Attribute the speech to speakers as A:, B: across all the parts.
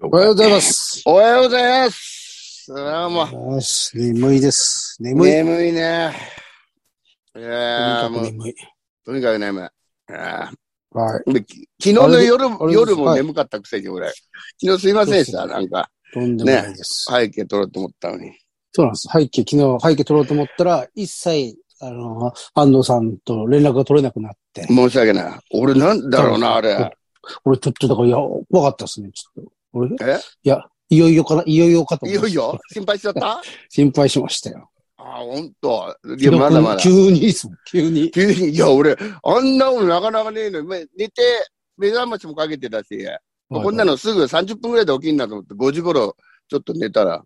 A: おはようございます。
B: おはようございます。どうも。
A: よし、眠いです。眠い。
B: 眠いね。いや
A: と
B: ー
A: にか
B: も
A: く
B: う、
A: 眠い。
B: とにかく眠い。あ
A: はい。
B: ーでき昨日の夜
A: あれ
B: も、
A: です
B: 夜も眠かったくせに俺、昨日すいませんでし
A: そ
B: た。
A: うそう
B: なんか、
A: とんでもないです。
B: 背景取ろうと思ったのに。
A: そうなんです。背景、昨日、背景取ろうと思ったら、一切、あの、安藤さんと連絡が取れなくなって。
B: 申し訳ない。俺なんだろうな、あ
A: そう
B: れ。
A: 俺、ちょっと、だから、いや、わかったですね。ちょっと。俺、
B: え
A: いよいよかな、いよいよかと
B: い
A: 思
B: よ
A: ま
B: い
A: し
B: よ心配しち
A: た
B: ゃ った
A: 心配しましたよ。
B: あー、ほんと。いや、まだまだ
A: 急。にですもん、急に。
B: 急に、いや、俺、あんなことなかなかねえのに、ま寝て、目覚ましもかけてたし。こんな
A: の。
B: のすぐ30分ぐらいで起きんなと思って、5時頃ちょっと寝たら、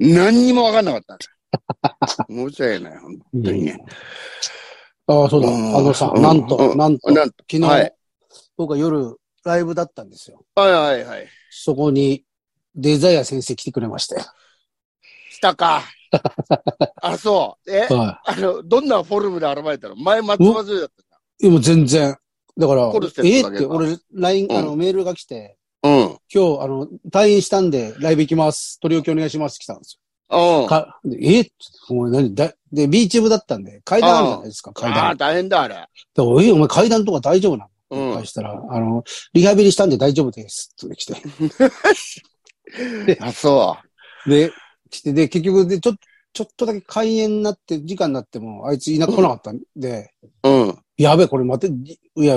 B: 何にも分かんなかった。 申し訳ない、本当にね。
A: ああ、そうだ。
B: うん
A: 安藤さ
B: うん
A: ん、なんと、
B: うん
A: なんと、
B: なんと、
A: 昨
B: は
A: 日
B: い、
A: 僕は夜、ライブだったんですよ。
B: はいはいはい。
A: そこに、デザイア先生来てくれましたよ。
B: したか。 あ、そう。え、
A: は
B: あの、どんなフォルムで現れたの前、松葉杖だっ
A: い。でも全然。だから
B: コルセ、
A: え
B: ッ
A: え
B: ト
A: っ
B: だけ
A: て、
B: か
A: 俺、LINE、
B: うん
A: あの、メールが来て、
B: た。うん。
A: 今日、あの、退院したんで、ライブ行きます。取り置きお願いします。来たんです
B: うん
A: よ。。かでえっお前何だ、で、ビーチ部だったんで、階段あるじゃないですか、階
B: ああ、
A: 段。
B: 大変だ、あれ。
A: だからえお前階段とか大丈夫な
B: う
A: の
B: ん
A: 返。したら、あの、リハビリしたんで大丈夫です。って来て。
B: あ、そ
A: で、来て、で、結局、で、ちょっと、ちょっとだけ開演になって、時間になっても、あいついなく来なかったんで、
B: う。う
A: やべえ、これまた、いや、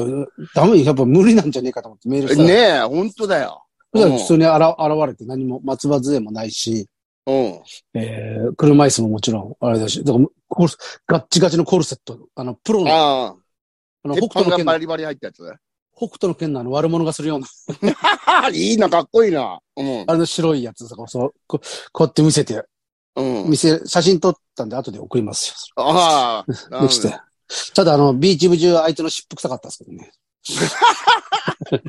A: ダメ、やっぱ無理なんじゃねえかと思ってメールした
B: ん。
A: ら、
B: ねえ、本当だよ。
A: そしたら
B: うん
A: 普通にあら現れて何も松葉杖もないし、
B: うん。
A: えー、車椅子ももちろんあれだし、だからコルセガッチガチのコルセット、あの、プロの、あ
B: ああ。
A: の
B: 鉄
A: 北
B: 板
A: 斗の
B: が
A: 剣
B: バ
A: の、
B: リバリ入ったやつ。
A: 北斗の剣のあの悪者がするような、
B: いいな、かっこいいな。うん。
A: あの白いやつだから、そう、ここうやって見せて、
B: うん
A: 見。せ、写真撮ったんで後で送りますよ。
B: ああ。なる
A: で
B: ほ
A: き
B: ど
A: て。ただあの、ビーチ部中相手の尻尾臭かったですけどね。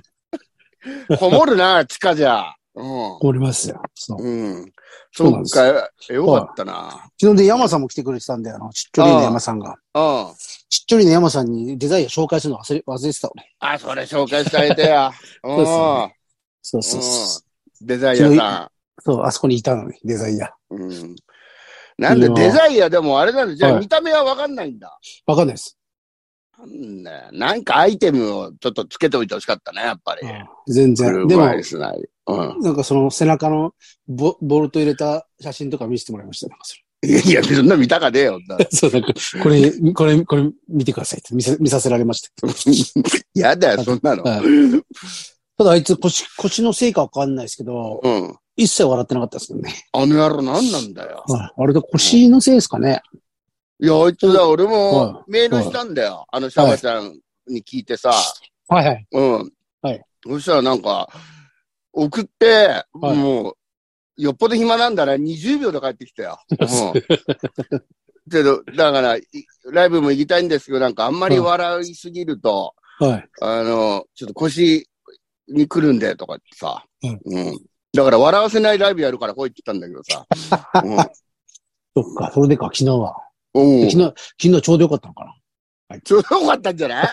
B: こもるな、地下じゃ。うん。
A: おりますよ。そう。
B: うん。
A: そ
B: そう
A: なん
B: っ
A: です
B: か、よかったな。
A: 昨日で山さんも来てくれてたんで、あの、ちっちょりの山さんが。
B: うん。
A: ちっちょりの山さんにデザインを紹介するの忘れ、忘れてた俺。
B: あ、それ紹介してあげて や。うん
A: そうっすねそうそうそう。
B: デザイアさ
A: そう、あそこにいたのに、デザイア。
B: ん。うん。なんでデザイアでもあれなんだ。じゃ
A: は
B: あ
A: い
B: 見た目はわかんないんだ。
A: わかんないです。
B: なんだよなんかアイテムをちょっとつけておいてほしかったね、やっぱり。
A: 全然。でも、
B: 車椅子なりうん。
A: なんかその背中のボボルト入れた写真とか見せてもらいました。なんかそ
B: いやいや、そんな見たかねえよ。女
A: れ そう、なんか、これ、これ、これ見てくださいって見せ見させられました。
B: やだよ、そんな の。
A: はいただあいつ腰、腰のせいかわかんないですけど、
B: うん。
A: 一切笑ってなかったですけどね。
B: あの野郎何なんだよ。
A: あれで腰のせいですかね。
B: いや、あいつだ、俺
A: は
B: もメールしたんだよ。あのシャバちゃんに聞いてさ。
A: はいはい。
B: うん。
A: はい。
B: そしたらなんか、送って、もう、よっぽど暇なんだね。20秒で帰ってきたよ。 うん。けど、だから、いライブも行きたいんですけど、なんかあんまり笑いすぎると、
A: はい。
B: あの、ちょっと腰に来るんで、とかってさ。
A: うん
B: うん。だから笑わせないライブやるから来いって言ったんだけどさ。
A: そっか、それでか、昨日は。
B: うん。う
A: 昨
B: ん
A: 日、。昨日ちょうどよかったのかな。
B: ちょうどよかったんじゃ ない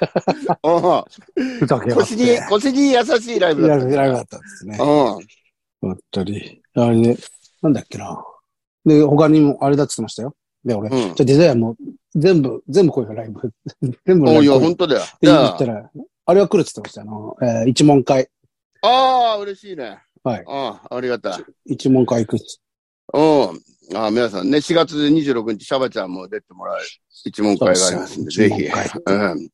B: うん。
A: ふざけ
B: 腰に、腰に優しいライブ
A: や
B: だ
A: ら
B: っ
A: れなかったですね
B: た。。うん。
A: 本当に。あれで、なんだっけな。で、他にもあれだって言ってましたよ。で、俺、
B: うん
A: じゃあデザイアもう全部、全部来いよ、ライブ。 全部
B: お
A: ライ
B: いや、
A: ブ来いよっ
B: 本当だよ。
A: て
B: じ
A: 言
B: ゃ
A: ったら、あれは来るって言ってましたよ。あの、えー一問会、
B: ああー、嬉しいね。
A: はい
B: ああ、ありがたい。
A: 一問会行くっつ
B: うん。ああ、皆さんね、4月26日、シャバちゃんも出てもらう一問会がありますんで、
A: そ
B: ぜ
A: うです
B: ひ。
A: よ一
B: うん。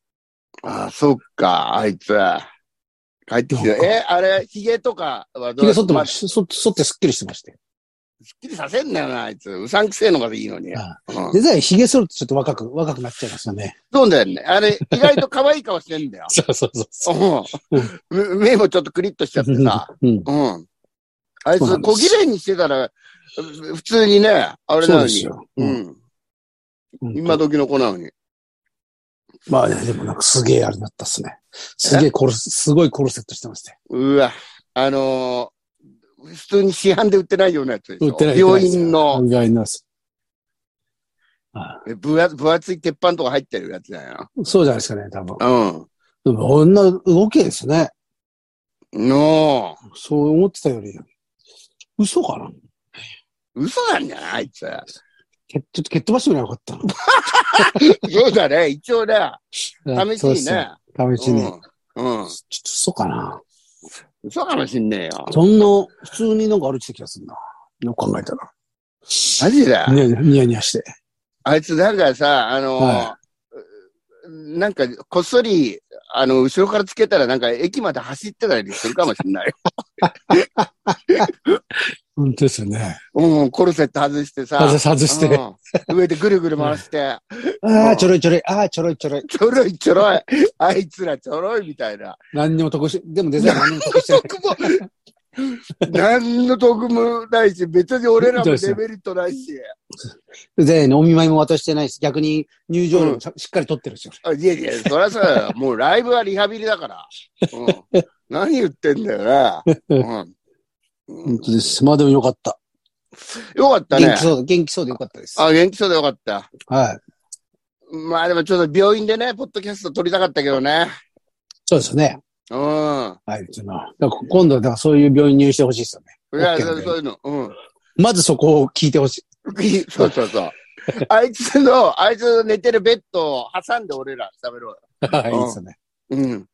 B: ああ、そっか、あいつ。帰ってきて
A: なんか
B: え、あれ、髭とかはど
A: ひ
B: う
A: げ剃って
B: ま
A: も、
B: あす
A: そ剃ってすっきりしてまして。
B: っきりさせんなよな、あいつ。うさんくせえのがいいのに。
A: あ
B: うん
A: デザイア、ひげ剃るとちょっと若く、若くなっちゃいます よね。。
B: そうだよね。あれ、意外と可愛い顔してんだよ
A: そうそうそう。
B: うん。目目もちょっとクリッとしちゃってさ。
A: うん。
B: うん。あい
A: そうな
B: つ、
A: んで
B: 小
A: す
B: 綺麗にしてたら、ふ普通にね、あれ
A: そ
B: な
A: う
B: の
A: です
B: に。
A: よ。
B: う
A: うん
B: ん。今時の子なのに。
A: まあね、でもなんかすげえあれだったっすね。すげえコルセ、すごいコルセットしてましたよ。
B: うわ。あのー普通に市販で売ってないようなやつでしょ。
A: 売ってない。
B: 病院の
A: 病院のやつ。あ
B: え分厚分厚い鉄板とか入ってるやつだよ。
A: そうじゃないですかね、多分。
B: うん。
A: でも、こんな動けですね。
B: の
A: そう思ってたより、嘘かな
B: 嘘なんじゃないあいつ。
A: けちょっと蹴っ飛ばしてもらえばよかっ
B: そうだね。一応ね、
A: たな。
B: 試しにね。
A: 試しに。ちょっ
B: うん。うん。
A: と嘘かな。
B: 嘘かもしんねえよ。
A: そんな、普通になんか歩いてた気がするな。よく考えたら。
B: マジだ。
A: ニヤニヤニヤニヤして。
B: あいつなんかさ、あのー
A: は
B: なんかこっそり、あの、後ろからつけたらなんか駅まで走ってたりするかもしんない。
A: 本当ですよね。
B: うん、コルセット外してさ。
A: 外外して。
B: うん上でぐるぐる回して、
A: ああ、ちょろいちょろい。ああ、ちょろいちょろい。
B: ちょろいちょろい。あいつらちょろいみたいな。
A: 何にも得し、でもデザイン何にも得してない。
B: 僕も、何の得もないし、別に俺らもデメリットないし。
A: 全員お見舞いも渡してないし、逆に入場料もししっかり取ってるんですよ。
B: あいやいや、そりゃそうだよもうライブはリハビリだから。うん、何言ってんだよな。うんうん
A: 本当です。まあでもよかった。
B: よか った
A: 元
B: ね
A: 気。そう、元気そうでよかったです。は
B: あ、元気そうでよかった。
A: い。
B: まあでもちょっと病院でね、ポッドキャスト撮りたかったけどね。
A: そうですよね。
B: うん。い
A: はい。そのだから今度はだからそういう病院入院してほしいですよね。
B: や、
A: OK
B: そうそういうの。うん。
A: まずそこを聞いてほしい。
B: そうそうそう。 あいつの、あいつの寝てるベッドを挟んで俺ら喋ろ
A: はい。
B: うん
A: いいですよね。
B: うよ。うん。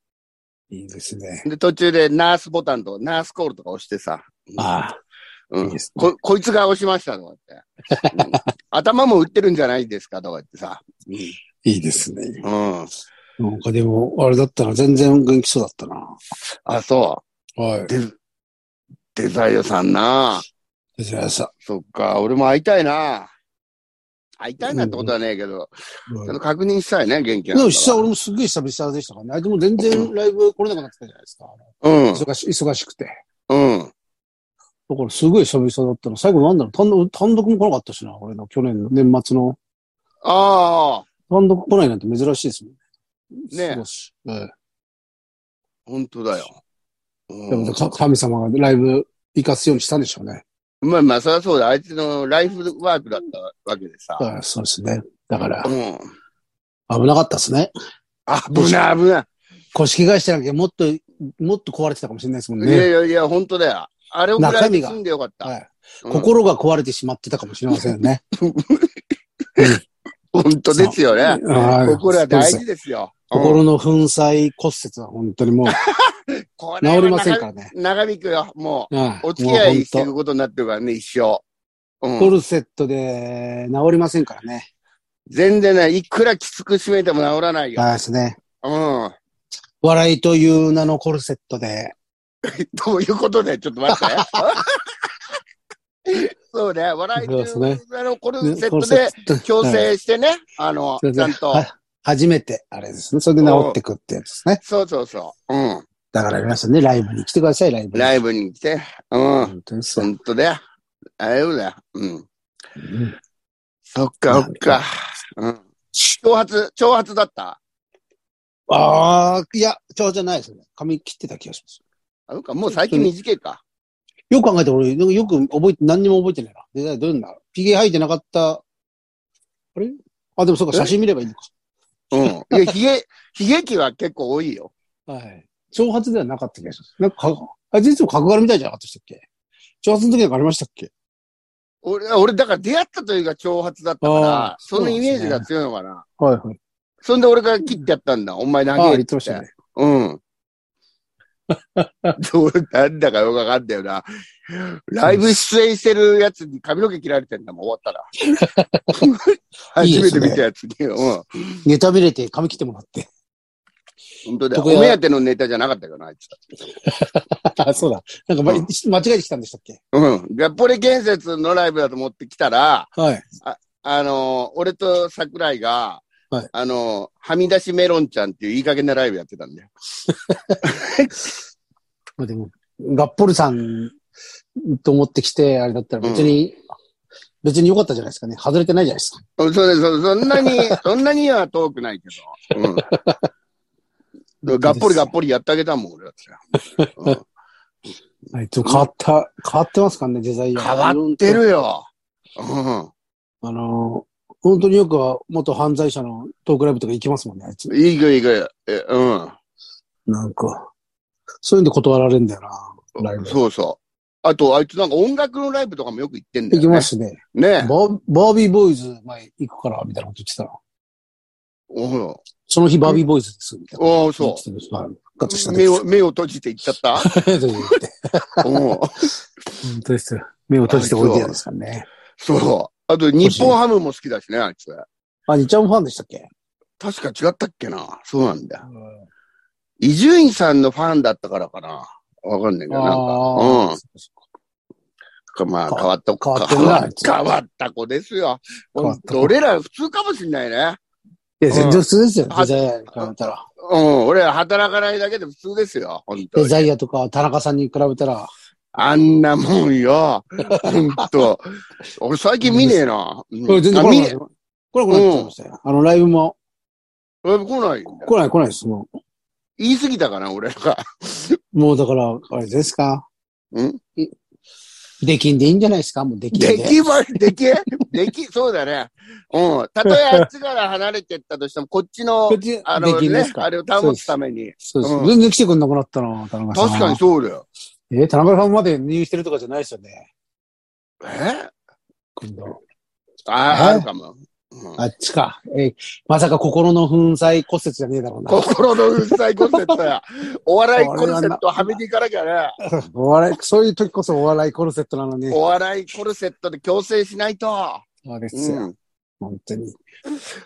A: いいですね。
B: で、途中でナースボタンとかナースコールとか押してさ。
A: あ
B: う
A: いい
B: ん
A: です。ね
B: こ、こいつが押しましたとかって。うん 頭も打ってるんじゃないですかとか言ってさ。
A: いいですね。
B: うん。
A: なんかでも、あれだったら全然元気そうだったな。
B: あ、そ
A: は
B: う。デ、デザイオさんな。
A: い。じゃあさ、
B: そっか、俺も会いたいな。会いたいなってことはねえけど、ちゃんと確認したいね、元気
A: で
B: なの
A: も
B: か
A: 久々、俺もすっげえ久々でしたからね。あいつも全然ライブ来れなくなってたじゃないですか。忙し忙しくて。
B: うん、うん。
A: だからすごい久々だったの。最後なんだろう単独、単独も来なかったしな、俺の去年の年末の。
B: ああ、
A: 単独来ないなんて珍しいですもんね。
B: ねえ
A: 少し。え
B: 本当だよ。う
A: え
B: ん
A: でもか神様がライブ行かすようにしたんでしょうね。
B: まあまあ、そりゃそうだ。あいつのライフワークだったわけでさ。
A: はいそうですね。だから
B: う、ん。
A: 危なかったですね。
B: あ、危ない危ない。
A: 腰怪我してなきゃもっと、もっと壊れてたかもしれないですもん
B: いや
A: ね。
B: いやいや、本当だよ。あれをぐらいで済んでよかった。
A: はい、
B: うん
A: 心が壊れてしまってたかもしれませんね。
B: 本当ですよ ね。
A: はい
B: 心は大事ですよ。
A: 心の粉砕骨折は本当にもう治
B: 治
A: りませんからね。
B: 長引くよ。も、
A: はいう
B: お付き合
A: もう
B: いしてい
A: 本
B: くことになってるからね、一生。う
A: 当
B: ん
A: コルセットで治りませんからね。
B: 全然ね、いくらきつく締めても治らないよ。
A: はいですね。
B: うん。
A: 笑いという名のコルセットで。
B: どういうことで、ちょっと待 って。そうね、笑いとい
A: そうで
B: うあのコルセッ
A: コ
B: ト
A: ルセ
B: で
A: ット
B: 強
A: はい
B: 制してね、あの、
A: そう
B: ち
A: で
B: ゃ
A: すね
B: んと。
A: はい初めて、あれですね。それで治ってくってやつですね。
B: そうそうそう。うん。
A: だから皆さんね、ライブに来てください、ライブに。
B: ライブに来て。うん。
A: 本当にそう。
B: 本当だよ。あれだよ。うん。
A: うん
B: そっか、そっか。うん。挑発、挑発だった。
A: ああ、いや、蝶じゃないですね。髪切ってた気がします。
B: あ、そっか、もう最近短いか。
A: よく考えて俺、よく覚えて、何にも覚えてないな。デザインどういうんだろう。ピゲ入ってなかった。あれあ、でもそうか、
B: え
A: 写真見ればいいのか。
B: うん。いや、ひげ、ひげ期は結構多いよ。
A: はい。挑発ではなかった気がします。なんかか、あ、実は角刈りみたいじゃなかったでしたっけ挑発の時なんかありましたっけ
B: 俺、俺、だから出会ったというか挑発だったか
A: あ
B: ら
A: ー、
B: そのイメージ
A: そうなん
B: が
A: で
B: 強いのかな。
A: はいはい。
B: そんで俺が切ってやったんだ。お前投げ
A: ああ、
B: る
A: 言ってましたね。
B: うん。 どうなんだかよくわかんだよな。ライブ出演してるやつに髪の毛切られてんだもん、終わったら。
A: い
B: 初
A: いで
B: め
A: すね
B: て見たやつに。うん。
A: ネタ見れて髪切ってもらって。
B: 本当だよ。
A: 床
B: お
A: 屋
B: 目当てのネタじゃなかったけどな、あいつ。
A: あ、そうだ。なんか、ま
B: うん
A: 間違えてきたんでしたっけ
B: うん。でポリ建設のライブだと思ってきたら、
A: はい。
B: あのー俺と桜井が、
A: はい
B: あのーはみ出しメロンちゃんっていういい加減なライブやってたんだよ。
A: まあでも、ガッポルさんと思ってきて、あれだったら別に、別に良かったじゃないですかね。外れてないじゃないですか。
B: うんそうです、そそんな に、そんなには遠くないけど。うん。がっぽりがっぽりやってあげたもん、俺だって。うん
A: はい、ちょっと変わった、変わってますからね、デザイン
B: 変わって。るよ。う
A: あの、本当によくは元犯罪者のトークライブとか行きますもんね、あいつ
B: ん。。いいよ、いいよ。えうん。
A: なんか、そういうんで断られるんだよな、ライブ。
B: そうそあと、あいつなんか音楽のライブとかもよく行ってんだよ、
A: 行き
B: ね。
A: ますね。
B: ね
A: バーバービーボーイズ前行くから、みたいなこと言ってたら。
B: おう
A: その日バービーボーイズです、みたいな。
B: おう
A: 言
B: そ
A: ってたんですはい復活した
B: う。
A: ん
B: 目
A: です。
B: を、目を閉じて行っちゃったおう
A: 本当ですよ。目を閉じておいでやですからね。
B: そう。あと、日本ハムも好きだしね、あいつ。
A: あ、日ハムファンでしたっけ
B: 確か違ったっけな。そうなんだよ。伊集院さんのファンだったからかな。わかんないけど、なんか
A: ああ
B: うん。まあ、変わった
A: 変わって
B: 変
A: るな
B: わ
A: あ
B: っ
A: いつ
B: 変わった子ですよ。
A: 変わった子
B: 俺ら普通かもしんないね。
A: い
B: うん
A: や、全然普通ですよ。
B: あ
A: デザイアに比べたら。
B: うん、俺ら働かないだけで普通ですよ、本当
A: デ
B: に
A: ザイアとか田中さんに比べたら、
B: あんなもん よ。本当俺最近見ねえな。うん
A: これ全然
B: あ
A: 来
B: 見
A: な
B: ね
A: い。これ来なくなっちゃいましたよ。あの、ライブも、
B: え。俺来ないんだ。
A: 来ない来ないです。も
B: 言い過ぎたかな、俺らが。
A: う、もうだから、あれですか。
B: ん
A: いできんでいいんじゃないですかもうできんで。
B: できば、でき、でき、そうだね。うん。たとえあっちから離れてったとしても、こっちの
A: こっ、ち
B: あ
A: で
B: の
A: きんで
B: ね
A: す、か
B: あれを保つために。
A: そうです。
B: うん
A: 全然来てくんなくなったな、田中さん。
B: 確かに。そうだよ。
A: え田中さんまで入院してるとかじゃないですよね。
B: え
A: 今度
B: あ、あるかも。うん
A: あっちか。えまさか心の粉砕骨折じゃねえだろうな。
B: 心のうるさいコンセプト や。お笑いコルセットはめていかなきゃね。
A: お笑い、そういう時こそお笑いコルセットなのに。
B: お笑いコルセットで強制しないと。
A: そうですよ。
B: うん。
A: 本当に。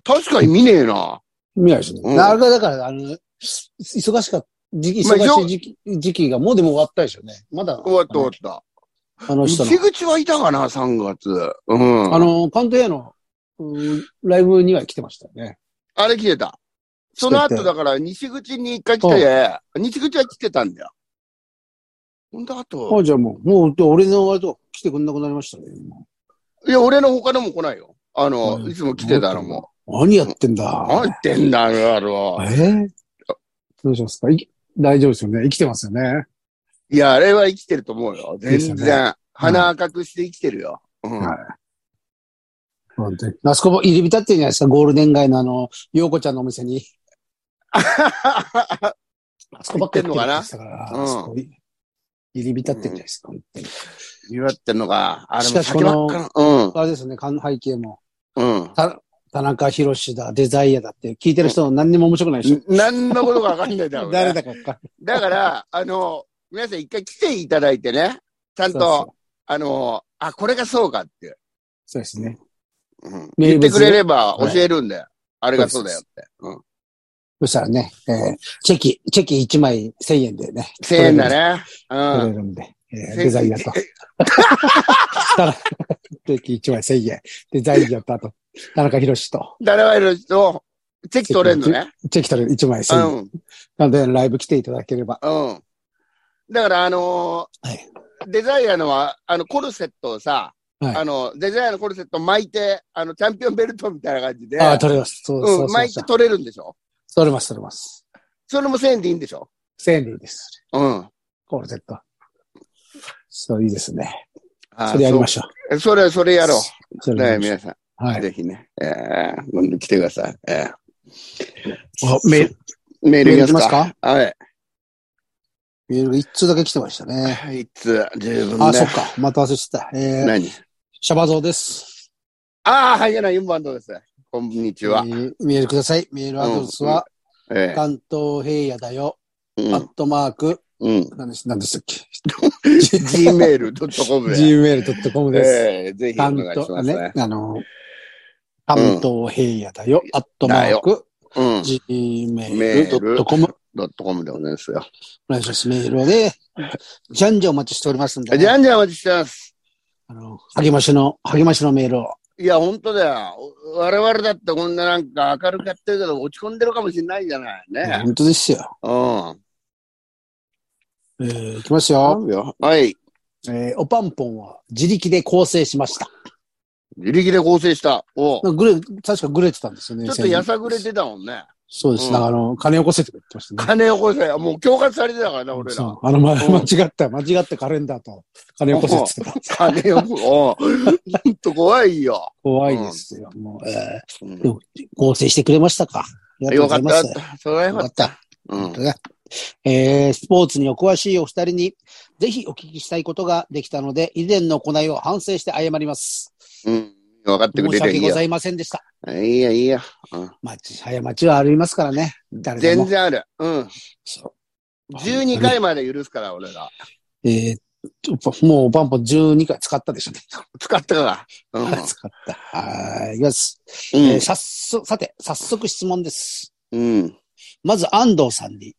B: 確かに見ねえな。
A: 見ないですね。
B: うん
A: あれがだから、あの、忙しかった。時期、
B: まあ
A: 忙しい時期、時期が、もうでも終わったでしょうね。まだ。
B: 終わった終わっ
A: あの
B: た。
A: 人の
B: 西。口はいたかな、3月。うん。
A: あの、関東屋の、うんライブには来てましたよね。
B: あれ来てた。その後だから、西口に一回来て、西口は来てたんだよ。ほんと、あと、
A: あ、じゃあもう、もう、で俺の割と来てくんなくなりましたね。
B: いや、俺の他のも来ないよ。あの、
A: うん
B: いつも来てたのも。
A: 何やってん
B: 何
A: だ。
B: 言ってんだよ、あの
A: えーどうしますかい大丈夫ですよね。生きてますよね。
B: いや、あれは生きてると思うよ。
A: ですよ
B: 全
A: ね
B: 然。鼻赤くして生きてるよ。うん。
A: はい本当にあそこも入り浸ってんじゃないですか。ゴールデン街のあの、陽子ちゃんのお 店に。あそこばっかり行ってるんでしたから。
B: うん
A: あそこに入り浸ってんじゃないですか。本当に
B: 祝ってんのか。あれ
A: し
B: も
A: かし
B: 酒ばっかの。
A: あれですよね、かん背景も。
B: うん。うん。
A: た田中博士だ、デザイアだって、聞いてる人何にも面白くないでし
B: 何のことかわかんないだろ
A: ょ。
B: う、ね。
A: 誰だかわかんない
B: だから、あの、皆さん一回来ていただいてね。ちゃんと、あの、あ、これがそうかって。
A: そうですね。
B: うん、言
A: 名物
B: ってくれれば
A: はい
B: 教えるんだよ。あれがそうだよって。うん。
A: そしたらね、えーチェキ、チェキ1枚1000円でね。
B: 1000円だね。う
A: 取れ
B: ん。
A: るんで、えー
B: チェキ
A: デザイアと。ただチェキ1枚1000円。デザイアと、あと、田中博士と、
B: 誰がいる人、チェキ取れるのね。
A: チェキ取れる1枚
B: う
A: 1000円。
B: ん。
A: なので、ライブ来ていただければ。
B: うん。だから、あのー
A: はい
B: デザイアのは、あの、コルセットをさ、
A: はい
B: あの、デザイアのコルセット巻いて、あの、チャンピオンベルトみたいな感じで、、
A: ああ、取れます。そうそううんそう
B: 巻い
A: そ
B: て
A: う。
B: 取れるんでしょ
A: 取れます、取れます。
B: それも1000円でいいんでしょ
A: 1000円でいいです。
B: うん。
A: コールセット。そう、いいですね。
B: あ
A: それやりましょう。
B: そうそれ、それやろ。
A: そうれや
B: ね、
A: り
B: 皆
A: ましょ
B: さ
A: う。は
B: ん、
A: い。
B: ぜひね、えー、今度来てください。え
A: あメール
B: ー、メールいきますか
A: メー
B: は
A: ルいきます
B: い。
A: メールが一通だけ来てましたね。
B: はい、いつ、十分ね。
A: あ、そっか。また忘れてた。えー、
B: 何
A: シャバゾウです。
B: ああ、はい、やな、4番どうです。こんにちは
A: え。ーメールください。メールアドレスは、
B: え
A: 関東平野だよ。
B: ー、
A: アットマーク、
B: うん。 うん。
A: 何で何でしたっけ
B: gmail.com で。
A: ?gmail.com です。
B: ええぜひお
A: 関
B: 願いしま
A: 東、
B: すね。
A: ね、あの、関東平野だよ。アットマーク、
B: うん。
A: gmail.com。
B: ドットコムでございますよ。
A: お願いします。メールはね、じゃんじゃんお待ちしておりますんで、
B: じゃ
A: ね。
B: んじゃんお待ちしてます。
A: あの、励ましの、励ましのメールを。
B: いや、本当だよ。お我々だってこんななんか明るくやってるけど落ち込んでるかもしれないじゃないね。
A: 本当ですよ。
B: うん。
A: えー、いきますよ。
B: はい。
A: えー、おぱんぽんは自力で構成しました。
B: 自力で構成した。おう
A: ぐれ、確かぐれてたんですよね。
B: ちょっとやさぐれ
A: 先日
B: てたもんね。
A: そうです。
B: うん
A: なんかあの、金起こせとか言ってましたね。
B: 金をこせ。もう恐喝されてたからな、俺ら。
A: そう。あの、ま、
B: うん
A: 間違った、間違ったカレンダーと、金起こせって言ってた。
B: 金を、おうほんと怖いよ。
A: 怖いですよ。もう、え
B: うん
A: ー、合成してくれましたか。ありがとう
B: よ
A: ござ
B: か
A: い
B: っ
A: ます。
B: た。それはよ
A: よ
B: か
A: か
B: っ
A: った。
B: た。うん
A: 本当。だえー、スポーツにお詳しいお二人に、ぜひお聞きしたいことができたので、以前の行いを反省して謝ります。
B: うん。分かってく
A: 申
B: れ
A: して
B: い
A: 訳
B: い
A: ご
B: よ
A: ざ。いませんでした。
B: いいや、いいや。うん
A: まち、過ちはありますからね。誰で
B: 全
A: も。
B: 然ある。うん。
A: そう
B: 12回まで許すから、俺ら。
A: えーちょもうバンポ12回使ったでしょね。
B: 使ったから。うん。
A: 使った。はい。いきます。
B: うん
A: えーさっそ、さて、早速質問です。
B: うん。
A: まず安藤さんに、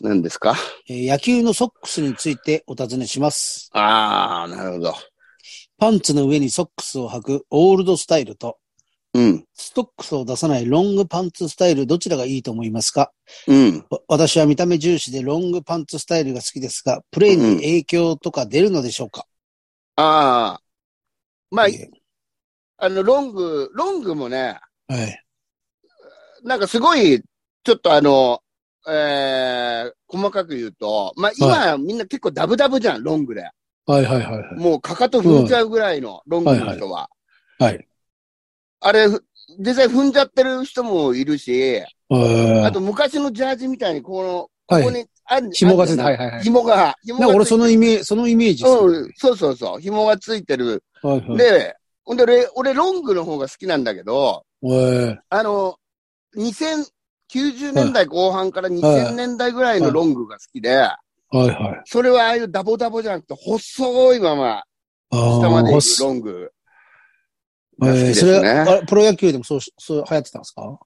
B: 何ですか
A: えー野球のソックスについてお尋ねします。
B: ああ、なるほど。
A: パンツの上にソックスを履くオールドスタイルと、
B: うん。
A: ストックスを出さないロングパンツスタイルどちらがいいと思いますか
B: うん。
A: わ私は見た目重視でロングパンツスタイルが好きですが、プレーに影響とか出るのでしょうか、
B: ああ。まあ、
A: え
B: あの、ロング、ロングもね、
A: ーはい。
B: なんかすごい、ちょっとあの、えー、細かく言うと、まあ今、みんな結構ダブダブじゃん、ロングで。
A: はいはいはいはい。
B: もうかかと踏んじゃうぐらいの、ロングの人は。
A: はいはい
B: あれ、ふ実際踏んじゃってる人もいるし、あ
A: あ
B: と昔のジャージみたいにこの、
A: は
B: ここ
A: い。
B: に、あん
A: 紐がついて、
B: あ
A: は
B: ん
A: いはいはい。
B: じゃん紐が、紐
A: なん
B: が
A: か俺
B: ついて
A: そのイメージ、そのイメージですね、
B: うん、そうそうそう。紐がついてる。
A: はいはい。
B: で、ほんで俺、俺ロングの方が好きなんだけど、
A: えー
B: あの、2090年代後半から2000年代ぐらいのロングが好きで、
A: はいはい。
B: それはああいうダボダボじゃなくて、細いまま
A: あ
B: 下まで行
A: ーほ
B: く
A: っす
B: ロング
A: え
B: が好きで
A: ー
B: す
A: それ
B: ね。
A: は、あプロ野球でもそうし、そう流行ってたんですか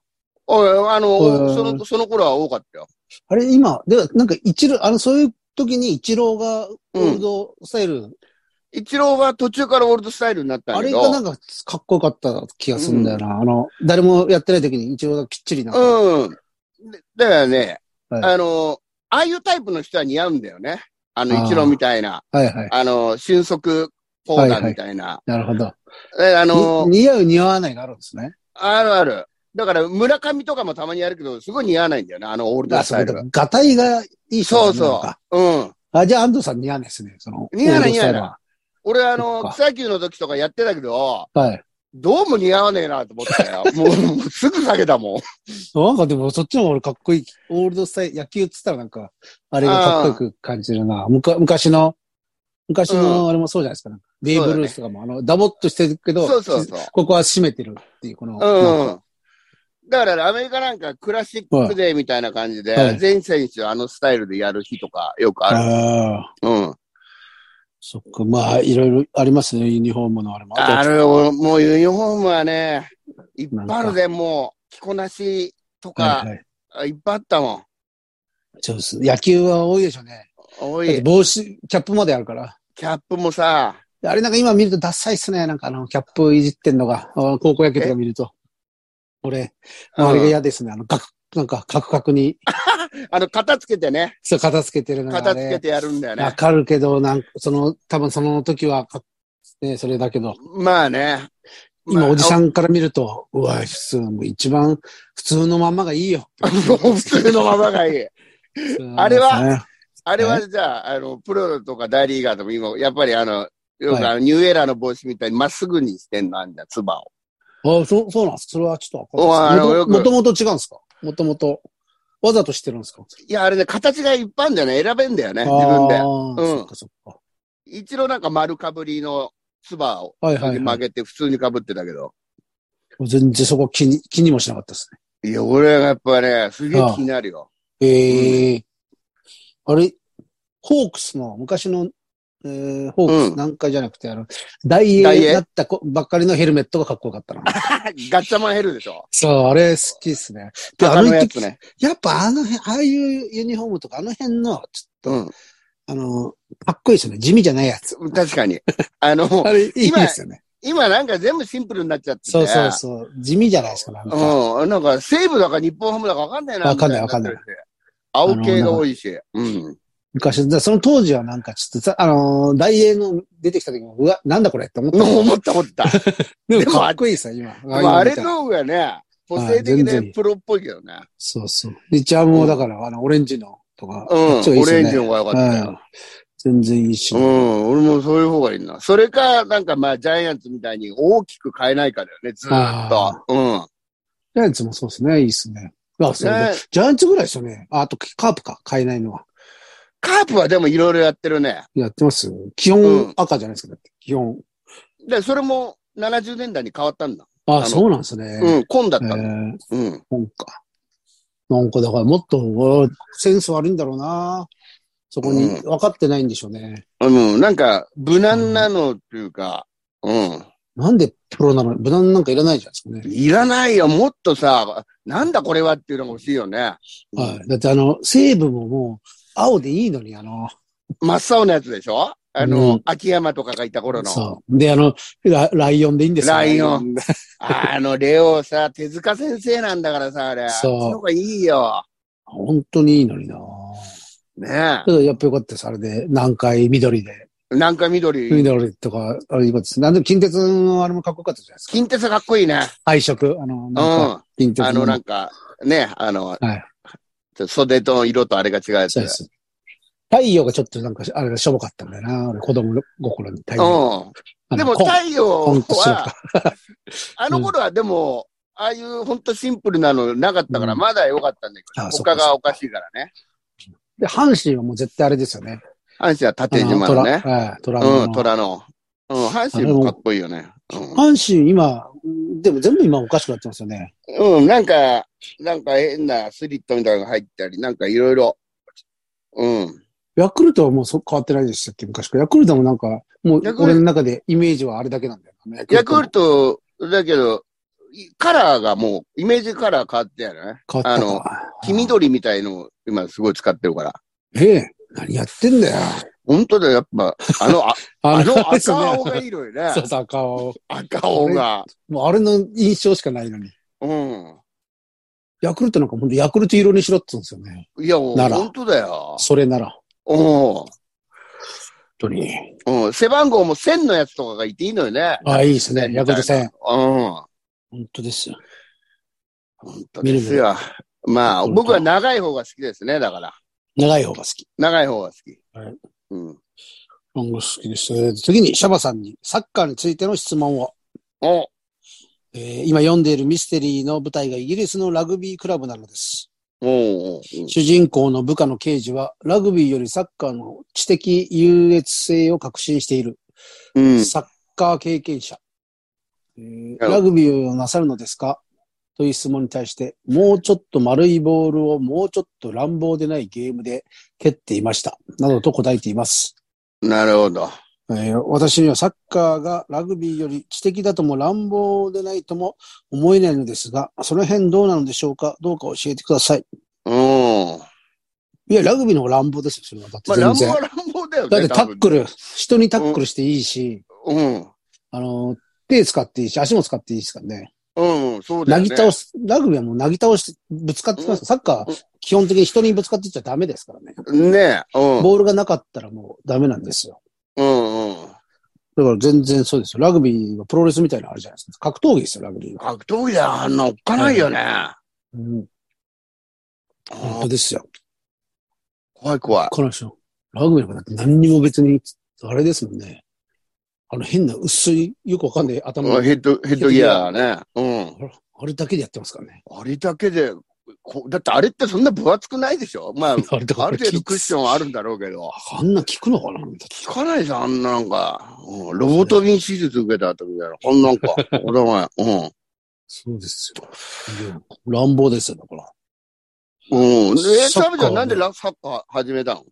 B: おいあ
A: う
B: の、
A: ん
B: その、その頃は多かったよ。
A: あれ、今、で、なんか一郎、あの、そういう時に一郎がオールドスタイル、
B: 一郎は途中からオールドスタイルになったん
A: あ
B: だけ
A: れ
B: ど。
A: がなんかかっこよかった気がするんだよな。あの、誰もやってない時に一郎がきっちりなんか、
B: うん。でだからね、
A: はい
B: あの、ああいうタイプの人は似合うんだよね。あの、
A: あー
B: 一郎みたいな、
A: はいはい。
B: あの、俊足ポーダーみたいな。
A: なるほど。
B: えあの、
A: に似合う似合わないがあるんですね。
B: あるある。だから、村上とかもたまにやるけど、すごい似合わないんだよね、あのオールド
A: あ、
B: ス
A: そ
B: タ
A: う
B: イ
A: だ
B: ルが。。
A: ガタイがいい
B: そ
A: 人
B: う
A: なの
B: そ
A: か
B: う。うん。
A: あ、じゃあ安藤さん似合わないですね。その、
B: 似合わない
A: オールドスタイルは
B: 俺、あの
A: そ、っか
B: 草球の時とかやってたけど、
A: はい。
B: どうも似合わねえなと思った よ。もう、もうすぐ下げたもん。
A: なんかでもそっちの方が俺かっこいい。オールドスタイル、野球っつったらなんか、あれがかっこよく感じるな。むか昔の、昔
B: う
A: のあれもそうじゃないですか。なんかベーブ・ルースとかも、あの、ダボっとしてるけど、
B: そうそうそう。
A: ここは締めてるっていう、この、
B: う
A: なん
B: ん。だから、アメリカなんかクラシックデーみたいな感じで、
A: はい
B: 全選手あのスタイルでやる日とかよく
A: か
B: ある。
A: ああ、
B: うん。
A: そっか。まあ、いろいろありますね、ユニフォームのあれも。あと
B: あれ、もうユニフォームはね、いっぱいあるで、もう、着こなしと
A: は
B: か
A: い、はい。
B: いっぱいあったもん。
A: そうです。野球は多いでしょうね。
B: お
A: だって
B: い、
A: 帽子、キャップまであるから。
B: キャップもさ、
A: あれなんか今見るとダッサいっすね。なんかあの、キャップいじってんのが、あの高校野球とか見ると。俺、あれが嫌ですね。あの、ガク、なんか、カクカクに、
B: あの、片付けてね、
A: そう、片付けてるのが、ね。
B: 片付けてやるんだよ
A: わ
B: ね。
A: かるけど、なんか、その、多分その時はか、ね、それだけど、
B: まあね。
A: 今おじさ
B: ん。
A: んから見ると、うわ、普通、もう一番、普通のまんまがいいよ。
B: 普通のままがい い。あれは、あれはじゃあ、あの、プロとか大リーガーでも今、やっぱりあの、よくあの、ニューエラーの帽子みたいにまっすぐにしてんのあんじゃん、つばを。
A: あそう、そうなんです。それはちょっとわ
B: お
A: か
B: あ
A: ん
B: の
A: ない
B: よ
A: です
B: く
A: もともともと違うんですかもともと。わざとしてるんですか
B: いや、あれね、形がいっぱいあるんだよね。選べんだよね、自分
A: あ
B: で。
A: ー
B: うん
A: そっかそっか。
B: 一郎なんか丸かぶりのつばを
A: はいはい、は
B: 曲
A: い。
B: げて普通にかぶってたけど。
A: 全然そこ気に、気にもしなかったですね。
B: いや、俺がやっぱね、すげえ気になるよ。
A: ええあれ、ホークスの、昔の、えー、ホーク
B: うん
A: ス南海じゃなくて、あの、ダイエ
B: ダイエー
A: ーだったこばっかりのヘルメットがかっこよかったな。
B: ガッチャマンヘルでしょ。
A: そう、あれ好きですね。で、あ
B: 赤
A: の
B: のや
A: 時、
B: つね。
A: やっぱあの辺、ああいうユニフォームとか、あの辺の、ちょっと、
B: うん。
A: あの、かっこいいですよね。地味じゃないやつ。
B: 確かに。あの、
A: あれ、いい
B: 今
A: ですよね。
B: 今なんか全部シンプルになっちゃってて。
A: そうそうそう。地味じゃないですか、なんか。
B: うん。なんか西武だか日本ハムだかわかんないな。
A: わかんない
B: みた
A: わ
B: ってるし。青系が多いし。うん。
A: 昔、だその当時はなんかちょっとさ、あのー、大英の出てきた時も、うわ、なんだこれって思ったもん。
B: 思った思 った。
A: で
B: で
A: も
B: も
A: かっこいいさ、今。
B: まあ、あれ
A: 今見たら
B: の方がね、個性的
A: はい全然い
B: で
A: い
B: プロっぽいけどね。
A: そうそう。で、ジャムもだから、あの、オレンジのとか。こっち
B: うん。
A: がいい
B: オ
A: っすよ
B: レ
A: ね
B: ンジの方が良かったよ。
A: 全然いいし。
B: うん。俺もそういう方がいいな。それか、なんかまあ、ジャイアンツみたいに大きく変えないかだよね、ずーっと
A: あ。
B: うん。
A: ジャイアンツもそうですね、いいっすね。あ、そうだ
B: ね
A: ジャイアンツぐらいですよね。あ、あとカープか、買えないのは。
B: カープはでもいろいろやってるね。
A: やってます基
B: う
A: 本
B: ん
A: 赤じゃないですか、だって基本。
B: で、それも70年代に変わったんだ。
A: あ
B: の
A: そうなんですね。
B: うん、紺だったんだ。
A: えー
B: うん。
A: なんか。なんかだからもっとおーセンス悪いんだろうな。そこに
B: う
A: 分かってないんでしょうね。
B: あの、なんか、無難なのっていうか、うん。
A: なんでプロなの無難なんかいらないじゃないです
B: いらないよ、もっとさ、なんだこれはっていうのが欲しいよね。
A: かね。はい。だってあの、西武ももう、青でいいのに、あの、
B: 真っ青なやつでしょあの、
A: うん
B: 秋山とかがいた頃の。
A: そう。で、あの、ラライオンでいいんですよ
B: ライオン。あの、レオさ、手塚先生なんだからさ、あれ。
A: そう
B: の方がいいよ。
A: 本当にいいのにな。
B: ね
A: ただやっぱよかったです、あれで。南海緑で。
B: え。なんか緑。
A: 緑とか、あれよかったです。なんで、近鉄のあれもかっこよかったじゃないですか。
B: 金鉄かっこいいね。
A: 配色。あの、
B: う
A: なんか、
B: ん。
A: 近鉄
B: あの、な
A: の
B: んか、ね、あの、
A: はい
B: 袖と色とあれが違うやつ。
A: そうです。太陽がちょっとなんか、あれがしょぼかったんだよな。俺、子供の心に太陽。
B: う
A: あ
B: ん。
A: の
B: でも、
A: コーン
B: 太陽
A: コンと白
B: は、 あの頃はでも、ああいう本当シンプルなのなかったから、
A: うん
B: まだ良かったんだけ
A: あ
B: ど、
A: そっか
B: 他がおかしいからね。
A: で、阪神はもう絶対あれですよね。
B: 阪神は
A: あ
B: 縦
A: の
B: 島
A: 虎、
B: のね。
A: はい、虎の。
B: うん、虎の。うん、阪神もかっこいいよね。うん
A: 阪神今、うんでも全部今おかしくなってますよね。
B: うん、なんか、なんか変なスリットみたいなのが入ったり、なんかいろいろ。うん。
A: ヤクルトはもうそ変わってないでしたっけ昔から。ヤクルトもなんか、もう
B: ヤクルト
A: 俺の中でイメージはあれだけなんだよな。
B: ヤクル
A: ト
B: ト、だけど、いカラーがもう、イメージカラー変わってやるね。
A: 変わった
B: あの
A: か。
B: 黄緑みたいのを今すごい使ってるから。
A: ええ、何やってんだよ。
B: 本当だよ、やっぱ、あの、ああの
A: れで
B: 赤
A: すよね
B: 青がいいのよね
A: そ。うそう、赤青。
B: 赤青が。
A: もうあれの印象しかないのに。
B: うん。
A: ヤクルトなんかほんとヤクルト色にしろって言うんですよね。
B: いや、もう
A: なら
B: 本当だよ。
A: それなら。本
B: うん
A: 当に。
B: うん。背番号も1000のやつとかがいていいのよね。
A: ああ、いいですね。
B: ね
A: ヤクルト戦。
B: うん。
A: 本当ですよ。
B: 本当ですよ。まあ、
A: 本当
B: 僕は長い方が好きですね、だから。
A: 長い方が好き。
B: 長い方が好き。
A: はい
B: うん。
A: ロング好きです。えー次に、シャバさんにサッカーについての質問を。
B: お、
A: えー今読んでいるミステリーの舞台がイギリスのラグビークラブなのです。
B: おうおう
A: 主人公の部下の刑事は、ラグビーよりサッカーの知的優越性を確信している。
B: うん。
A: サッカー経験者、えー
B: なるほど
A: ラグビーをなさるのですかという質問に対して、もうちょっと丸いボールをもうちょっと乱暴でないゲームで蹴っていました。などと答えています。
B: なるほど。
A: えー私にはサッカーがラグビーより知的だとも乱暴でないとも思えないのですが、その辺どうなのでしょうかどうか教えてください。
B: うん。
A: いや、ラグビーの方が乱暴ですよ、それは。だって
B: まあ、乱
A: 全
B: 暴
A: 然。
B: は乱暴だよね。
A: だってタックル
B: 多、
A: 人にタックルしていいし、
B: 分。
A: あの、手使っていいし、足も使っていいですからね。
B: うん。うん、そうだ
A: な
B: よね。
A: ぎ倒す、ラグビーはもうなぎ倒して、ぶつかってきますから。サッカー
B: うん
A: は基本的に人にぶつかっていっちゃダメですからね。
B: ねえ。うん。
A: ボールがなかったらもうダメなんですよ。
B: うんうん。
A: だから全然そうですよ。ラグビーはプロレスみたいなのあるじゃないですか。格闘技ですよ、ラグビーは。
B: 格闘技だよ、あんなおっかないよね。
A: うん。
B: うん
A: 本当ですよ。
B: 怖い怖い。
A: この人。ラグビーの方って何にも別に、あれですもんね。あの変な薄い、よくわかんない頭の、
B: うんヘッド、ヘッドギアね。うん。
A: あれだけでやってますからね。
B: あれだけで、こだってあれってそんな分厚くないでしょ まあ、
A: あれだから
B: ある程度クッションはあるんだろうけど。
A: あんな効くのかな
B: 聞かないじゃん、あんななんか。うん、ロボトミン手術受けた後みたいな。こんなんか。おだまうん。
A: そうですよ。うん乱暴ですよ、だから。
B: うん。で、え、
A: サ
B: サ
A: ッカー
B: ブちゃんなんでラサッカー始めたの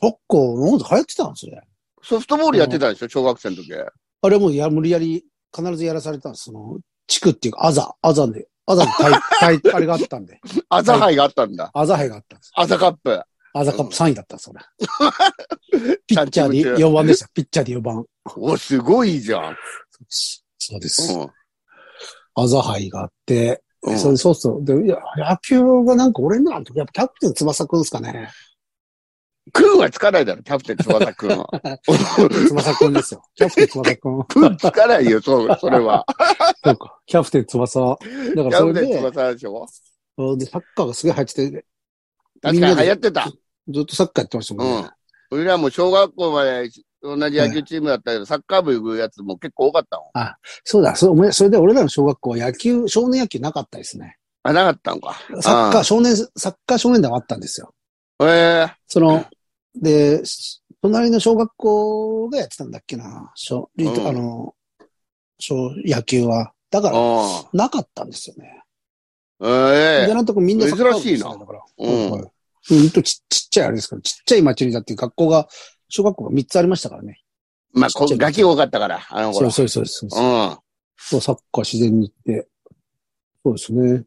A: サッカー、なんか流行ってたんですね。
B: ソフトボールやってたでしょ小学生の時。
A: あれはもうや、無理やり、必ずやらされたんです。その、地区っていうか、アザ、アザで、アザの 大、大、あれがあったんで、
B: アザハイがあったんだ。
A: アザ杯があったんです。
B: アザカップ。
A: アザカップ3位だったんです、 俺。ピッチャー
B: 三チーム
A: で
B: 中
A: 4番でした。ピッチャーで4番。
B: お、すごいじゃん。
A: そうです。アザ杯があって、
B: うん。うん
A: そうそうそう。で、いや、野球がなんか俺のなんて、やっぱキャプテン翼くんですかね。
B: 君はつかないだろ、キャプテン翼君は。
A: 翼くんですよ。キャプテン翼くん。
B: 君つかないよ、そう、それは。
A: そうか。キャプテン翼。だか
B: キ
A: らそ
B: ャプテ
A: れ
B: ン
A: で、
B: 翼でしょ
A: で、サッカーがすげえ入ってて、み
B: 確
A: んな
B: か
A: で
B: に流行ってた。
A: ずっとサッカーやってましたもんね。
B: うん俺らも小学校まで同じ野球チームだったけど、サッカー部行くやつも結構多かったもん。
A: そうだ、そう、お前それで俺らの小学校は野球、少年野球なかったですね。
B: あ、なかったのか。
A: サッカー少年、サッカー少年団があったんですよ。
B: ええ
A: その、で、し隣の小学校がやってたんだっけな。小、リト
B: うん
A: あの、小、野球は。だから、
B: う
A: なかったんですよね。
B: ん。え
A: で、
B: え
A: なんとこみんなサッカー部で
B: 珍
A: したね
B: しいな
A: だから。
B: うん
A: はいうんとち、ちっちゃいあれですから、ちっちゃい町にだっていう学校が、小学校が3つありましたからね。
B: まあ、こガキ多かったから、あの
A: そ
B: 頃。
A: うそうそうそう
B: う。ん。
A: そうサッカー自然に行って。そうですね。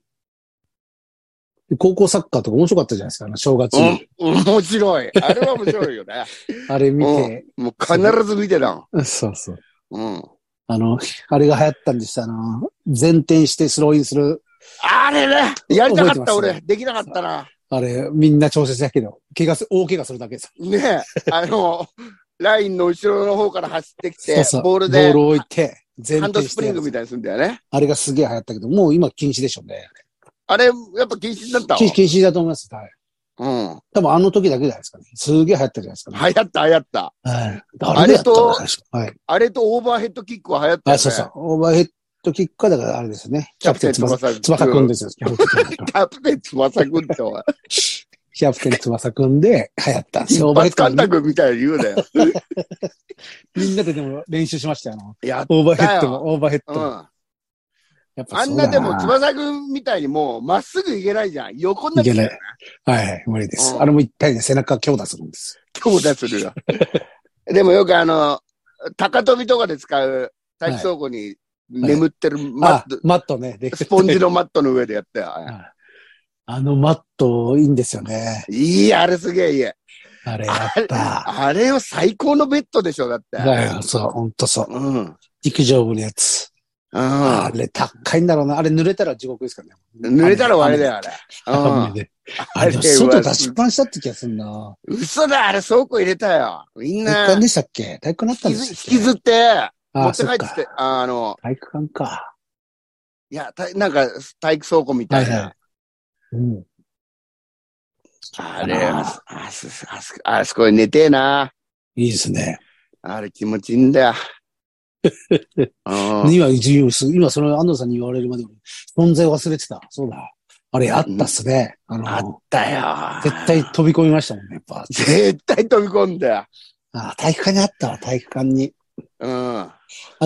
A: で高校サッカーとか面白かったじゃないですか、あの正月に。
B: うん、 面白い。あれは面白いよね。
A: あれ見て。
B: もう必ず見てたの。
A: そうそう。
B: うん。
A: あの、あれが流行ったんでした。あの、前転してスローインする。
B: あれね、やりたか
A: 覚えて
B: っ
A: ます
B: た俺、できなかったな。
A: あれ、みんな調節だけど、怪我す、大怪我するだけさ。
B: ねえ、あの、ラインの後ろの方から走ってき
A: そう
B: て
A: そう、
B: ボール
A: ボー
B: で
A: ルを置いて、前
B: ハンド
A: 転し
B: スプ
A: て
B: リ
A: や
B: ング
A: る
B: みたいにするんだよね。
A: あれがすげえ流行ったけど、もう今禁止でしょうね。
B: あれ、やっぱ禁止になったわ
A: 禁止禁止だと思います。はい。
B: うん。
A: 多分あの時だけじゃないですかね。すげえ流行ったじゃないですかね。
B: 流行った、流行った。
A: はい。あれやったのかしらはい。
B: あれとオーバーヘッドキックは流行ったよね。
A: あ、そうそう。オーバーヘッドキックはだからあれですね。キ
B: キ
A: ャ
B: ャ
A: プ
B: プ
A: テ
B: テ
A: ン
B: ン翼くん。
A: 翼、翼くんですよ。キャプテン翼 くん
B: キャプテン翼くんっておい。
A: キャプテン翼くんで流行ったんですよ。オ
B: 一
A: ーバーヘ
B: 発
A: ッドキ
B: 監
A: ック。
B: 督みたいに言うなよ。
A: みんなででも練習しましたよ。あの
B: やっ
A: オーバーヘッ
B: だ
A: ド
B: よ
A: も、オーバーヘッ
B: う
A: ドも。
B: ん。
A: やっぱ
B: あ
A: そ
B: ん
A: うだ
B: なでも翼くんみたいにもうまっすぐいけないじゃん。横になっ
A: い
B: て
A: け
B: き
A: な
B: た
A: い
B: よね。。
A: はいはい、無理です。
B: うん
A: あれも一回ね、背中強打するんです。
B: 強打するよ。 でもよくあの、高跳びとかで使う体操庫に眠ってるマッ
A: あ
B: ト、、
A: マットね。で
B: スポンジのマットの上でやったよ。あ
A: あのマット、いいんですよね。
B: れいい、あれすげえいい。
A: あれ、やった。
B: あれを最高のベッドでしょ、だって。
A: はい、そう、ほんとそう。
B: うん。うん。
A: 陸上部のやつ。あれ、高いんだろうな。あれ、濡れたら地獄ですからね。
B: 濡れたら終わりだよ、あれ。う
A: 雨
B: ん
A: で。 あ
B: あ
A: れ
B: れ、
A: でも外出しっぱなしだった気がするな。
B: 嘘だ、あれ倉庫入れたよ。みん
A: 体
B: な
A: 育館、でしたっけ体育館だったん
B: 引き
A: で
B: ず
A: す
B: 引きずって、持
A: あ
B: って帰
A: そ
B: っ
A: って
B: き
A: か。
B: て、あの、
A: 体育館か。
B: いや、たなんか体育倉庫みたい
A: はいは
B: な。
A: うん。
B: あれ、あそあそあそあそこで寝てえな。
A: いいですね。
B: あれ気持ちいいん だよ。うん
A: 今、自由す今、その安藤さんに言われるまで、存在を忘れてた。そうだ。あれ、あったっすね。あ
B: あ
A: の
B: っ、だよ。
A: 絶対。飛び込みましたもんね、やっぱ。
B: 絶対飛び込んだよ。
A: あ体育館にあったわ、体育館に。
B: うん。
A: あ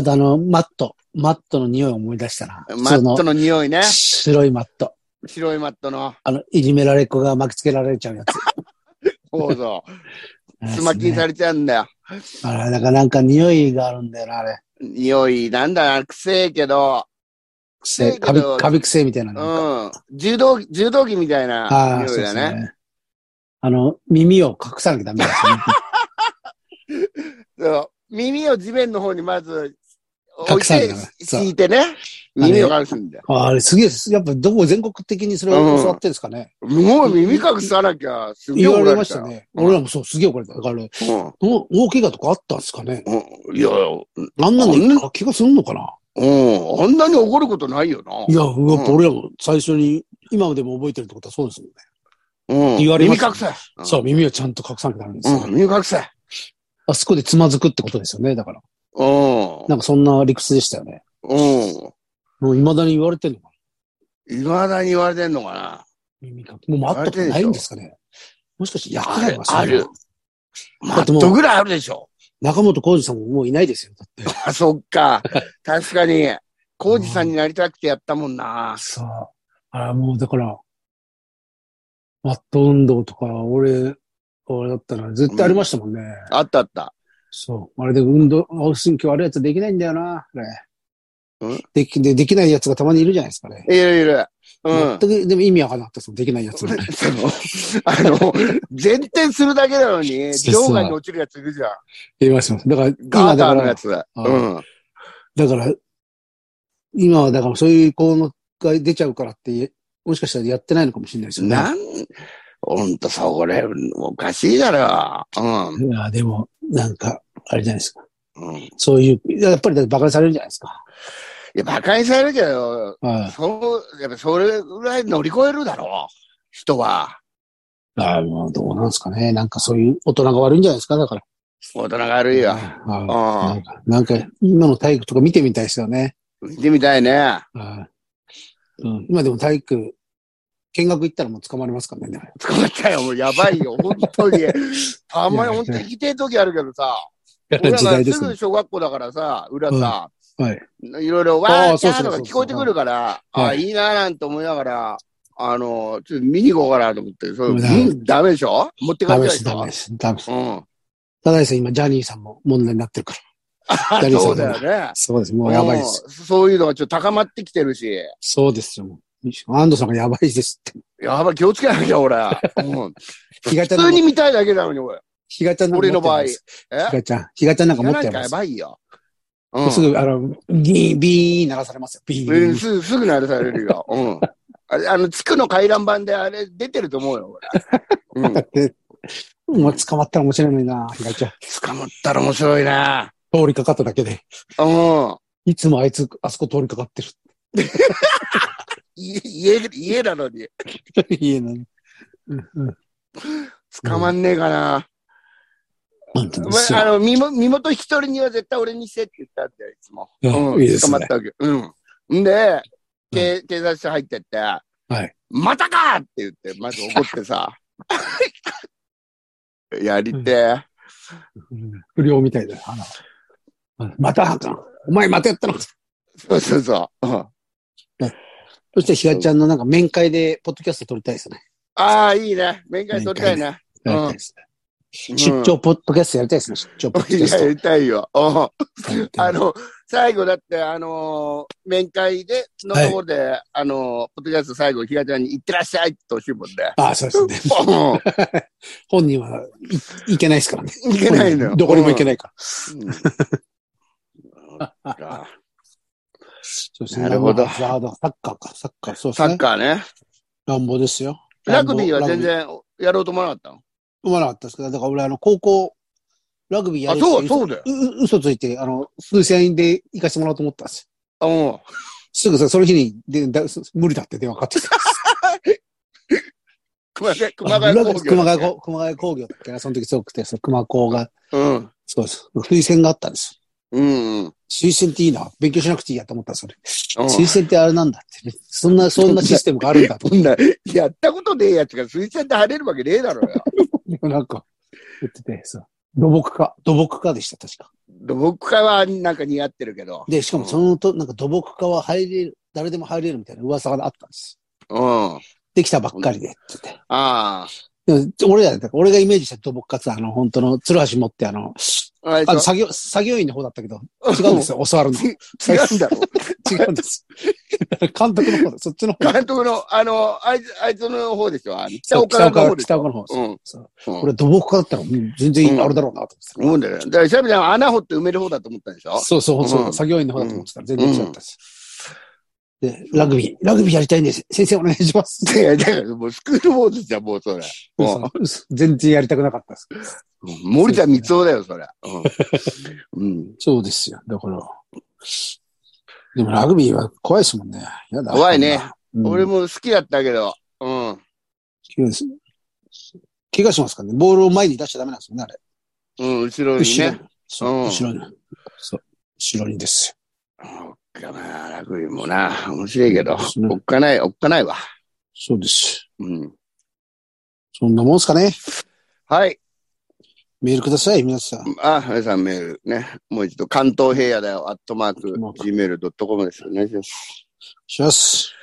A: とあの、マット。マットの匂いを思い出したな。
B: マッ
A: 普
B: ト
A: 通
B: の匂いね
A: の。白いマット。
B: 白いマットの。
A: あの、いじめられっ子が巻きつけられちゃうやつ。
B: そうそう。スマキンされちゃうんだよ。
A: あれ、なんか、なんか匂いがあるんだよな、あれ。
B: 匂い、なんだな、くせえけど、
A: 癖、
B: せえ
A: カ
B: け
A: ビ
B: ど、
A: カビ癖みたいな
B: う
A: なんか。
B: ん。柔道、柔道着みたい
A: あ
B: な
A: あ、
B: 匂
A: そう
B: い
A: です
B: だね。
A: ね。あの、耳を隠さなきゃダメですね。
B: そう耳を地面の方にまず置
A: 隠
B: い
A: さない
B: て
A: からね、そう
B: 敷いてね。耳を隠すんだよ。
A: あれ、すげえ、やっぱどこ全国的にそれを教わってるんですかね。
B: もう耳隠さなきゃ、すげえ
A: 言わ
B: 怒
A: れ
B: ら
A: ま
B: れ
A: したた
B: よ。
A: ね。俺らもそう、すげえ怒られた。だから、
B: うん。
A: お大怪我とかあったんですかね。
B: うんいや、
A: あんなの
B: あんな
A: 気がするのかな
B: うん、あんなに怒ることないよな。
A: いや、やっぱ俺らも最初に、今でも覚えてるってことはそうですもんね。
B: うん、
A: 言われま
B: 耳
A: した
B: 隠せ。
A: そう、耳をちゃんと隠さなきゃダメです
B: うん、
A: ね。
B: 耳隠せ。
A: あそこでつまずくってことですよね、だから。
B: うん
A: なんかそんな理屈でしたよね。。
B: うん。
A: もう未だに言われてんのかない
B: まだに言われてんのか
A: 耳かもうマットってないんですかねもしかしてやってないのか
B: ある
A: そん
B: な。
A: だ
B: マ
A: って
B: ッ
A: もう
B: トぐらいあるでしょ。
A: な中本浩二さんももういないですよ。だって。
B: あ、そっか。確かに、浩二さんになりたくてやったもんな。
A: さあ、あれもうだから、マット運動とか、俺、俺だったら絶対ありましたもんね。
B: あったあった。
A: そう。あれで運動、青神経悪いやつできないんだよな。あれ
B: ん
A: できで、できないやつがたまにいるじゃないですかね。
B: いるいる。うん。
A: 全く、でも意味わからなかったですもん、できないやつ
B: そ。の あの、前転するだけなのに、
A: そうそう
B: 場外に落ちるやついるじゃん。
A: 言いますよ。だから、
B: ガ
A: 今
B: ータ
A: だ
B: ー
A: か
B: の
A: ら
B: や、つ。
A: あ
B: うん。
A: だから、今はだからそういう効能が出ちゃうからって、もしかしたらやってないのかもしれないですよね。
B: なん、ほんとさ、俺、おかしいだろ。
A: いや、でも、なんか、あれじゃないですか。
B: うん。うん。い
A: そういう、やっぱりだって馬鹿にされるじゃないですか。
B: や、馬鹿にされるけど、
A: はい。
B: そう、やっぱそれぐらい乗り越えるだろう。人は。
A: ああ、もうどうなんですかね。なんかそういう大人が悪いんじゃないですか、だから。
B: 大人が悪いよ。
A: は
B: う
A: い。なんか、なんか今の体育とか見てみたいですよね。
B: ん。見てみたいね。
A: はいうん、今でも体育見学行ったらもう捕まりますからね。
B: 捕まったよ、もうやばいよ、本当 に。あんまり本当に行きてえ時あるけどさ。俺ら
A: 時
B: が
A: 代ですす
B: ぐ
A: ね。
B: 小学校だからさ、裏さ、
A: はい。
B: いろいろわ
A: あ
B: ー
A: ー
B: キ
A: そう
B: ャ
A: そ
B: ー
A: うそ
B: と
A: う
B: か
A: そう
B: 聞こえてくるから、あ
A: は
B: ーいいなーなんて思いながら、あの、ちょっと見に行こうかなと思って、それ、
A: う
B: うんん、ダメでしょ持って帰っ
A: ダ
B: てない
A: メで、
B: ですし
A: ダメ
B: ょ
A: です、ダメです。
B: うん。
A: ただでさん、今、ジャニーさんも問題になってるから。
B: あ
A: ジャニーさん
B: そうだよね。
A: そうです、もうやばいです。
B: うんそういうのがちょっと高まってきてるし、
A: そうですよ、もう。安藤さんがやばいですって。
B: やばい、気をつけなきゃ、俺。うん
A: ひがち
B: 普通
A: ゃんなんか
B: に、見たいだけなのに、俺。
A: ひがちゃんなんか持
B: 俺
A: ってます。
B: の場合
A: ひがちゃん、ひがちゃんなんか持
B: や
A: っ
B: ら
A: て
B: なきゃ
A: ま
B: や
A: す。
B: ばいよ。うん。
A: すぐ、あの、ギーン、ビーン流されますよ。ビ
B: う
A: ー
B: ん
A: ン。
B: すぐ、すぐ鳴らされる よ。うん。あれ、あの、地区の回覧板であれ出てると思うよ、俺。うん。
A: もう捕まったら面白いのにな、ひがちゃん。
B: 捕まったら面白いな。
A: 通りかかっただけで。
B: うん。
A: いつもあいつ、あそこ通りかかってる。
B: い家、家なのに。
A: 家なのに。うんうん。
B: 捕まんねえかな。
A: なんて言うんです
B: まあ、
A: よ。
B: の、身も、身元引き取りには絶対俺にしてって言ったんだよ、いつも。
A: うん
B: うん。
A: いいです
B: 捕
A: ね
B: まったわけ。うん。んで、警、警察署入ってって、
A: はい。
B: またかって言って、まず怒って さ。やりてえ。
A: うん不良みたいだよ。あのうんまたあかん、お前またやったの か。
B: そうそうそう。うん
A: そしてひがちゃんのなんか面会で、ポッドキャスト撮りたいですね。
B: ああ、いいね。面会取りたいね。うん
A: やりたいですね出張ポッドキャストやりたいですね。出張ポッドキ
B: い
A: ャス
B: や、
A: ト。
B: やりたいよ。うんあ
A: あの、
B: の、最後だって、あのー面会で、のところで、あのーポッドキャスト最後、ひがちゃんに行ってらっしゃいってほしいもん ね。
A: あそうですね。
B: う
A: 本人はい、いけないですからね。
B: んいけないのよ。
A: どこにも行け
B: ない。
A: ないから。
B: うん
A: そうです
B: なるほど
A: まあまあサッカーか、サッカー、そうで
B: サ
A: す
B: ッ
A: ね。
B: カーね。
A: 乱暴ですよ。
B: ラグビーは全
A: 乱暴。
B: 然やろうと思わなかっ
A: 生まなかったですけど、だから俺あの、高校、ラグビー
B: た
A: や
B: のあ、
A: る
B: そう、そ
A: う。
B: うだよ。
A: う嘘ついて、あの、数千円で行かしてもらおうと思ったんですよ。
B: うん。
A: すぐさ、その日に、で、だす無理だって電話かかってきた。
B: 熊谷、熊谷
A: あ
B: 工
A: ラ
B: 業
A: グ。熊谷工熊谷工業だっけな、その時すごくて、その熊工が、
B: うん。
A: そうです。推薦があったんです。
B: うん うん。
A: 推薦っていいな。勉強しなくていいやと思ったんですよね。
B: うん
A: 推薦ってあれなんだって。そんな、そ んなシステムがあるんだと。
B: そんな、やったことねえやつが推薦で入れるわけねえだろうよ。
A: なんか、言ってて、そう。土木科、土木科でした、確か。
B: 土木家はなんか似合ってるけど。
A: で、しかもそのと、なんか土木科は入れる、誰でも入れるみたいな噂があったんです。
B: うん。あ
A: できたばっかりで、って言って。
B: あ。
A: でも、俺らだから、俺がイメージした土木科ってあの、本当の、鶴橋持ってあの、
B: あれで
A: あの、
B: しょ
A: 作業、作業員の方だったけど、 違うんですよ、教わる の。
B: 違うんだろ。
A: 違うんです。監督の方だ、そっちの方。
B: 監督の、あの、あいつ、あいつの方でしょ。あの北岡
A: 北岡
B: の方
A: の
B: でしょ。
A: 北岡の方。
B: うん。うん
A: そう。俺、土木家だったら、うん全然あれだろうなと思って
B: 思うんだよね。だから、シャビちゃんは穴掘って埋める方だと思ったんでし ょ
A: た。そうそう、そううん作業員の方だと思ってたら、全然違ったんです。で、ラグビー、ラグビーやりたいんです。先生お願いします。
B: いや、だからもうスクールウォーズじゃん、もうそれ。 うん
A: 嘘嘘全然やりたくなかったです。
B: 森田光夫だよ、それ。うん。うん
A: そうですよ。だから。でもラグビーは怖いですもんね。やだ。
B: 怖いね
A: うん。
B: 俺も好きだったけど、うん。
A: 怪我しますからね。ボールを前に出しちゃダメなんですよね、あれ。
B: うん、後ろに
A: 後ろ
B: ね。
A: に。そう
B: う、ん
A: 後ろに。そう、後ろにですよ。
B: そっかな、ラグビーもな、面白いけど、
A: そう
B: おっかない、おっかないわ。
A: そうです。
B: うん。
A: そんなもんですかね。
B: はい。
A: メールください、皆さん。
B: あ、皆さんメールね。もう一度、関東平野だよ、アットマーク、gmail.com です。お願いします。
A: します。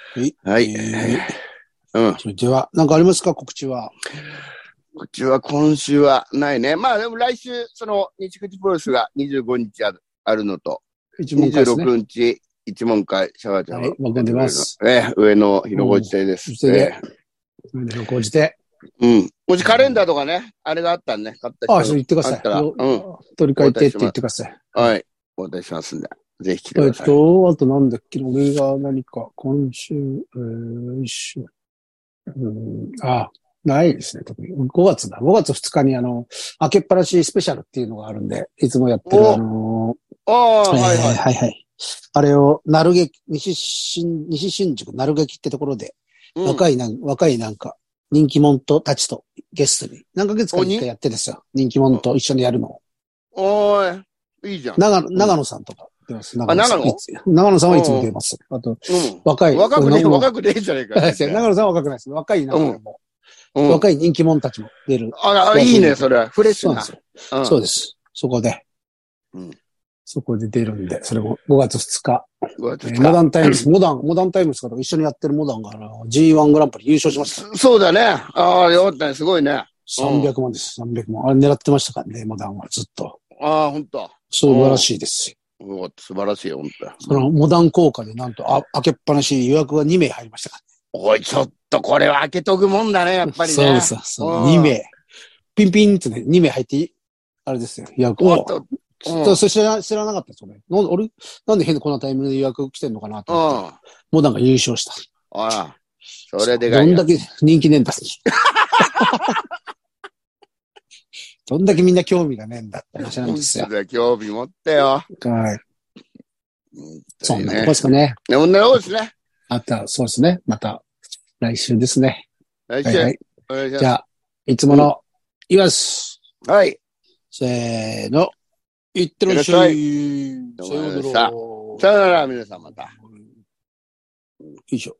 B: はい。
A: え
B: うん。
A: それでは、何かありますか告知は。
B: こっちは今週はないね。まあでも来週、その、日口プロレスが25日あるあるのと、
A: 一問ですね。
B: 26日、一問会、シャワーちゃん
A: はいわかってます。
B: ええ、上野広子地点です。
A: それ
B: え
A: で、講じて。
B: えうん。もしカレンダーとかね、あれがあったんね、買った人
A: ああ、そう言ってくだ
B: あ
A: さ
B: ったら
A: い。
B: うん
A: よ取り替えてって言ってください。
B: はい。お渡ししますんで、ぜひ来て
A: え
B: く
A: っ
B: ださい。
A: と、あとなんだっけ、俺が何か、今週、えー、一週。うん、あ、ないですね、特に。5月だ。5月2日に、あの、明けっぱなしスペシャルっていうのがあるんで、いつもやってる、
B: お
A: あの
B: ああ、
A: ー、
B: はい
A: えー
B: はい。
A: はいはい。あれを、なるげき、西新、西新宿、なるげきってところで、
B: うん
A: 若いなん、若いなんか、人気者とたちとゲストに、何ヶ月かに一回やってですよ。人気者と一緒にやるのを。
B: おーい、いいじゃん。
A: 長野、長野さんとか、出ます。長野さん。いつ長野さんはいつも出ます。あと、若
B: う
A: い。
B: ん。若くねえ、
A: 若
B: 若くねえじゃねえ
A: く
B: か
A: な
B: よ
A: い。。 長野さんは若くないです。若い長野も、
B: うん。
A: 若い人気者たちも出る。
B: あら、いいね、それ。フレッシ
A: そう
B: ュ
A: な
B: な
A: んです。よ。
B: うん
A: そうです。そこで。
B: うん
A: そこで出るんで、それも5月2日。
B: うわちょっ
A: え
B: と
A: ーモダンタイムズ、モダン、モダンタイムズから一緒にやってるモダンがあの G1 グランプリ優勝しました。
B: そうだね。ああ、よかったね。すごいね。あ
A: 300万です、300万。あれ狙ってましたからね、モダンはずっと。
B: あ、ほんと。
A: 素晴らしいですよ。
B: うわ素晴らしいよ、ほんと。
A: そのモダン効果でなんと、あ、開けっぱなし予約が2名入りましたか
B: おい、ちょっとこれは開けとくもんだね、やっぱ
A: ら。
B: りね。
A: そうです、そう
B: うん
A: 2名。ピンピンってね、2名入っていい、あれですよ、予約。
B: おっ
A: を
B: と、うん。
A: それ知ら知らなかったですよね。なんで、俺、なんで変なこんなタイミングで予約来てんのかなと思ったら
B: あ
A: モダンが優勝した。
B: あ、それはでかい
A: どん
B: よ。
A: だけ人気ねえんだ。 どんだけみんな興味がねえんだって話なんですよ。
B: うん興味持ってよ。
A: はい。そんなとこ
B: ね
A: で。すかね。
B: ね女の子ですね。
A: あとは、そうですね。また、来週ですね。
B: 来
A: はいはい
B: 週。。お願いし
A: じゃあ、いつもの、いきます。
B: ますはい。
A: せーの。いってらっしゃい。さ
B: い
A: ようなら。
B: さよなら、皆さんまた。
A: よいしょ。